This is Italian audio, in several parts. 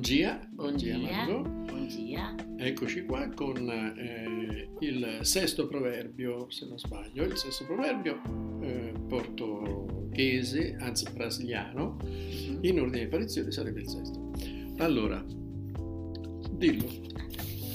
Gia, Gia Margot. Buongiorno. Eccoci qua con eh, il sesto proverbio, se non sbaglio, il sesto proverbio eh, portoghese, anzi brasiliano, in ordine di apparizione sarebbe il sesto. Allora, dillo.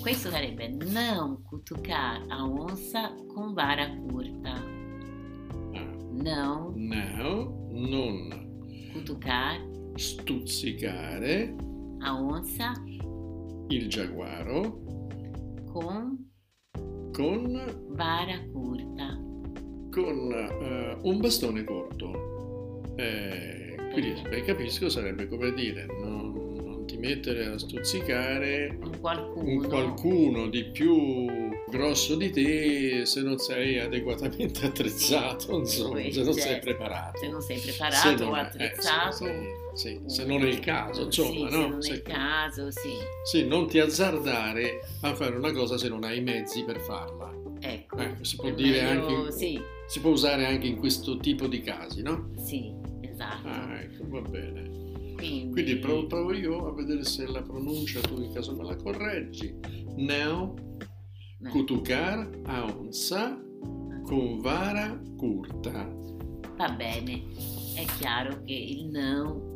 Questo sarebbe não cutucar a onça com vara curta. Ah, Não Now, non cutucar stuzzicare a onça il giaguaro com con, vara curta. con, eh, un bastone corto. Eh, quindi, beh, capisco, sarebbe come dire, non, non ti mettere a stuzzicare Un qualcuno. un qualcuno di più grosso di te se non sei adeguatamente attrezzato, insomma, Beh, se non sei certo. preparato. Se non sei Se preparato o non è- eh, attrezzato. eh, se, se- sì, se non è il caso, insomma, Sì, no? Se non è Se- il caso, sì. sì, non ti azzardare a fare una cosa se non hai i mezzi per farla. Ecco. Ecco, si può È dire meglio- anche in- Sì, Si può usare anche in questo tipo di casi, no? sì, esatto. Ah, ecco, va bene. Quindi, Quindi pro- provo io a vedere se la pronuncia tu in caso me la correggi. Neo eh, cutucar a onza con vara curta. va bene. È chiaro che il no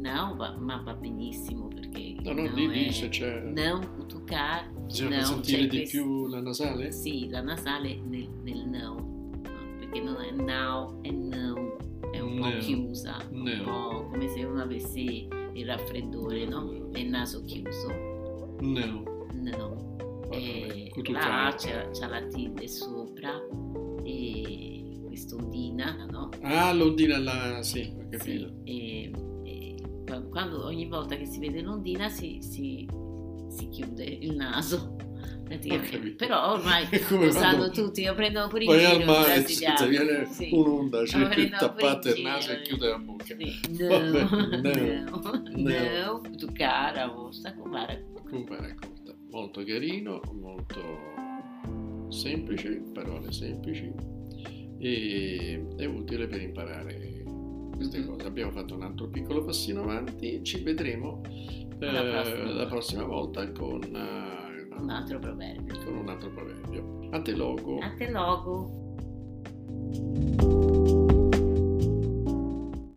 no va, ma va benissimo perché No, il no, no di, di è- cioè se c'è... non cutucar, Bisogna no, sentire c'è di questo- più eh. la nasale? Sì, la nasale nel, nel no, no, perché non è now, è no, è un No. po' chiusa, un No. po' come se uno avesse il raffreddore, Mm. no? E il naso chiuso, No. no. E la A Cutucar. Eh, c'è, c'ha la tilde sopra e questa ondina, no? Ah, l'ondina là, sì, ho capito. Sì, e, e qua- quando ogni volta che si vede l'ondina si, si- si chiude il naso. praticamente. Ho capito. Però ormai È come lo sanno quando tutti, lo prendono pure in Poi giro. al i mare brasiliani. ti viene Sì. un'onda, Lo cioè prendono tappate pure il in naso e giro. chiude la bocca. Sì. Vabbè, No, no, no. no, tu cara, o sta con mare. Comunque racconta. ecco, Molto carino, molto semplice, parole semplici e è utile per imparare queste Mhm. cose. Abbiamo fatto un altro piccolo passino avanti, ci vedremo Alla eh, prossima. la prossima volta con, eh, un altro proverbio. Oh. con un altro proverbio. A te logo. A te logo.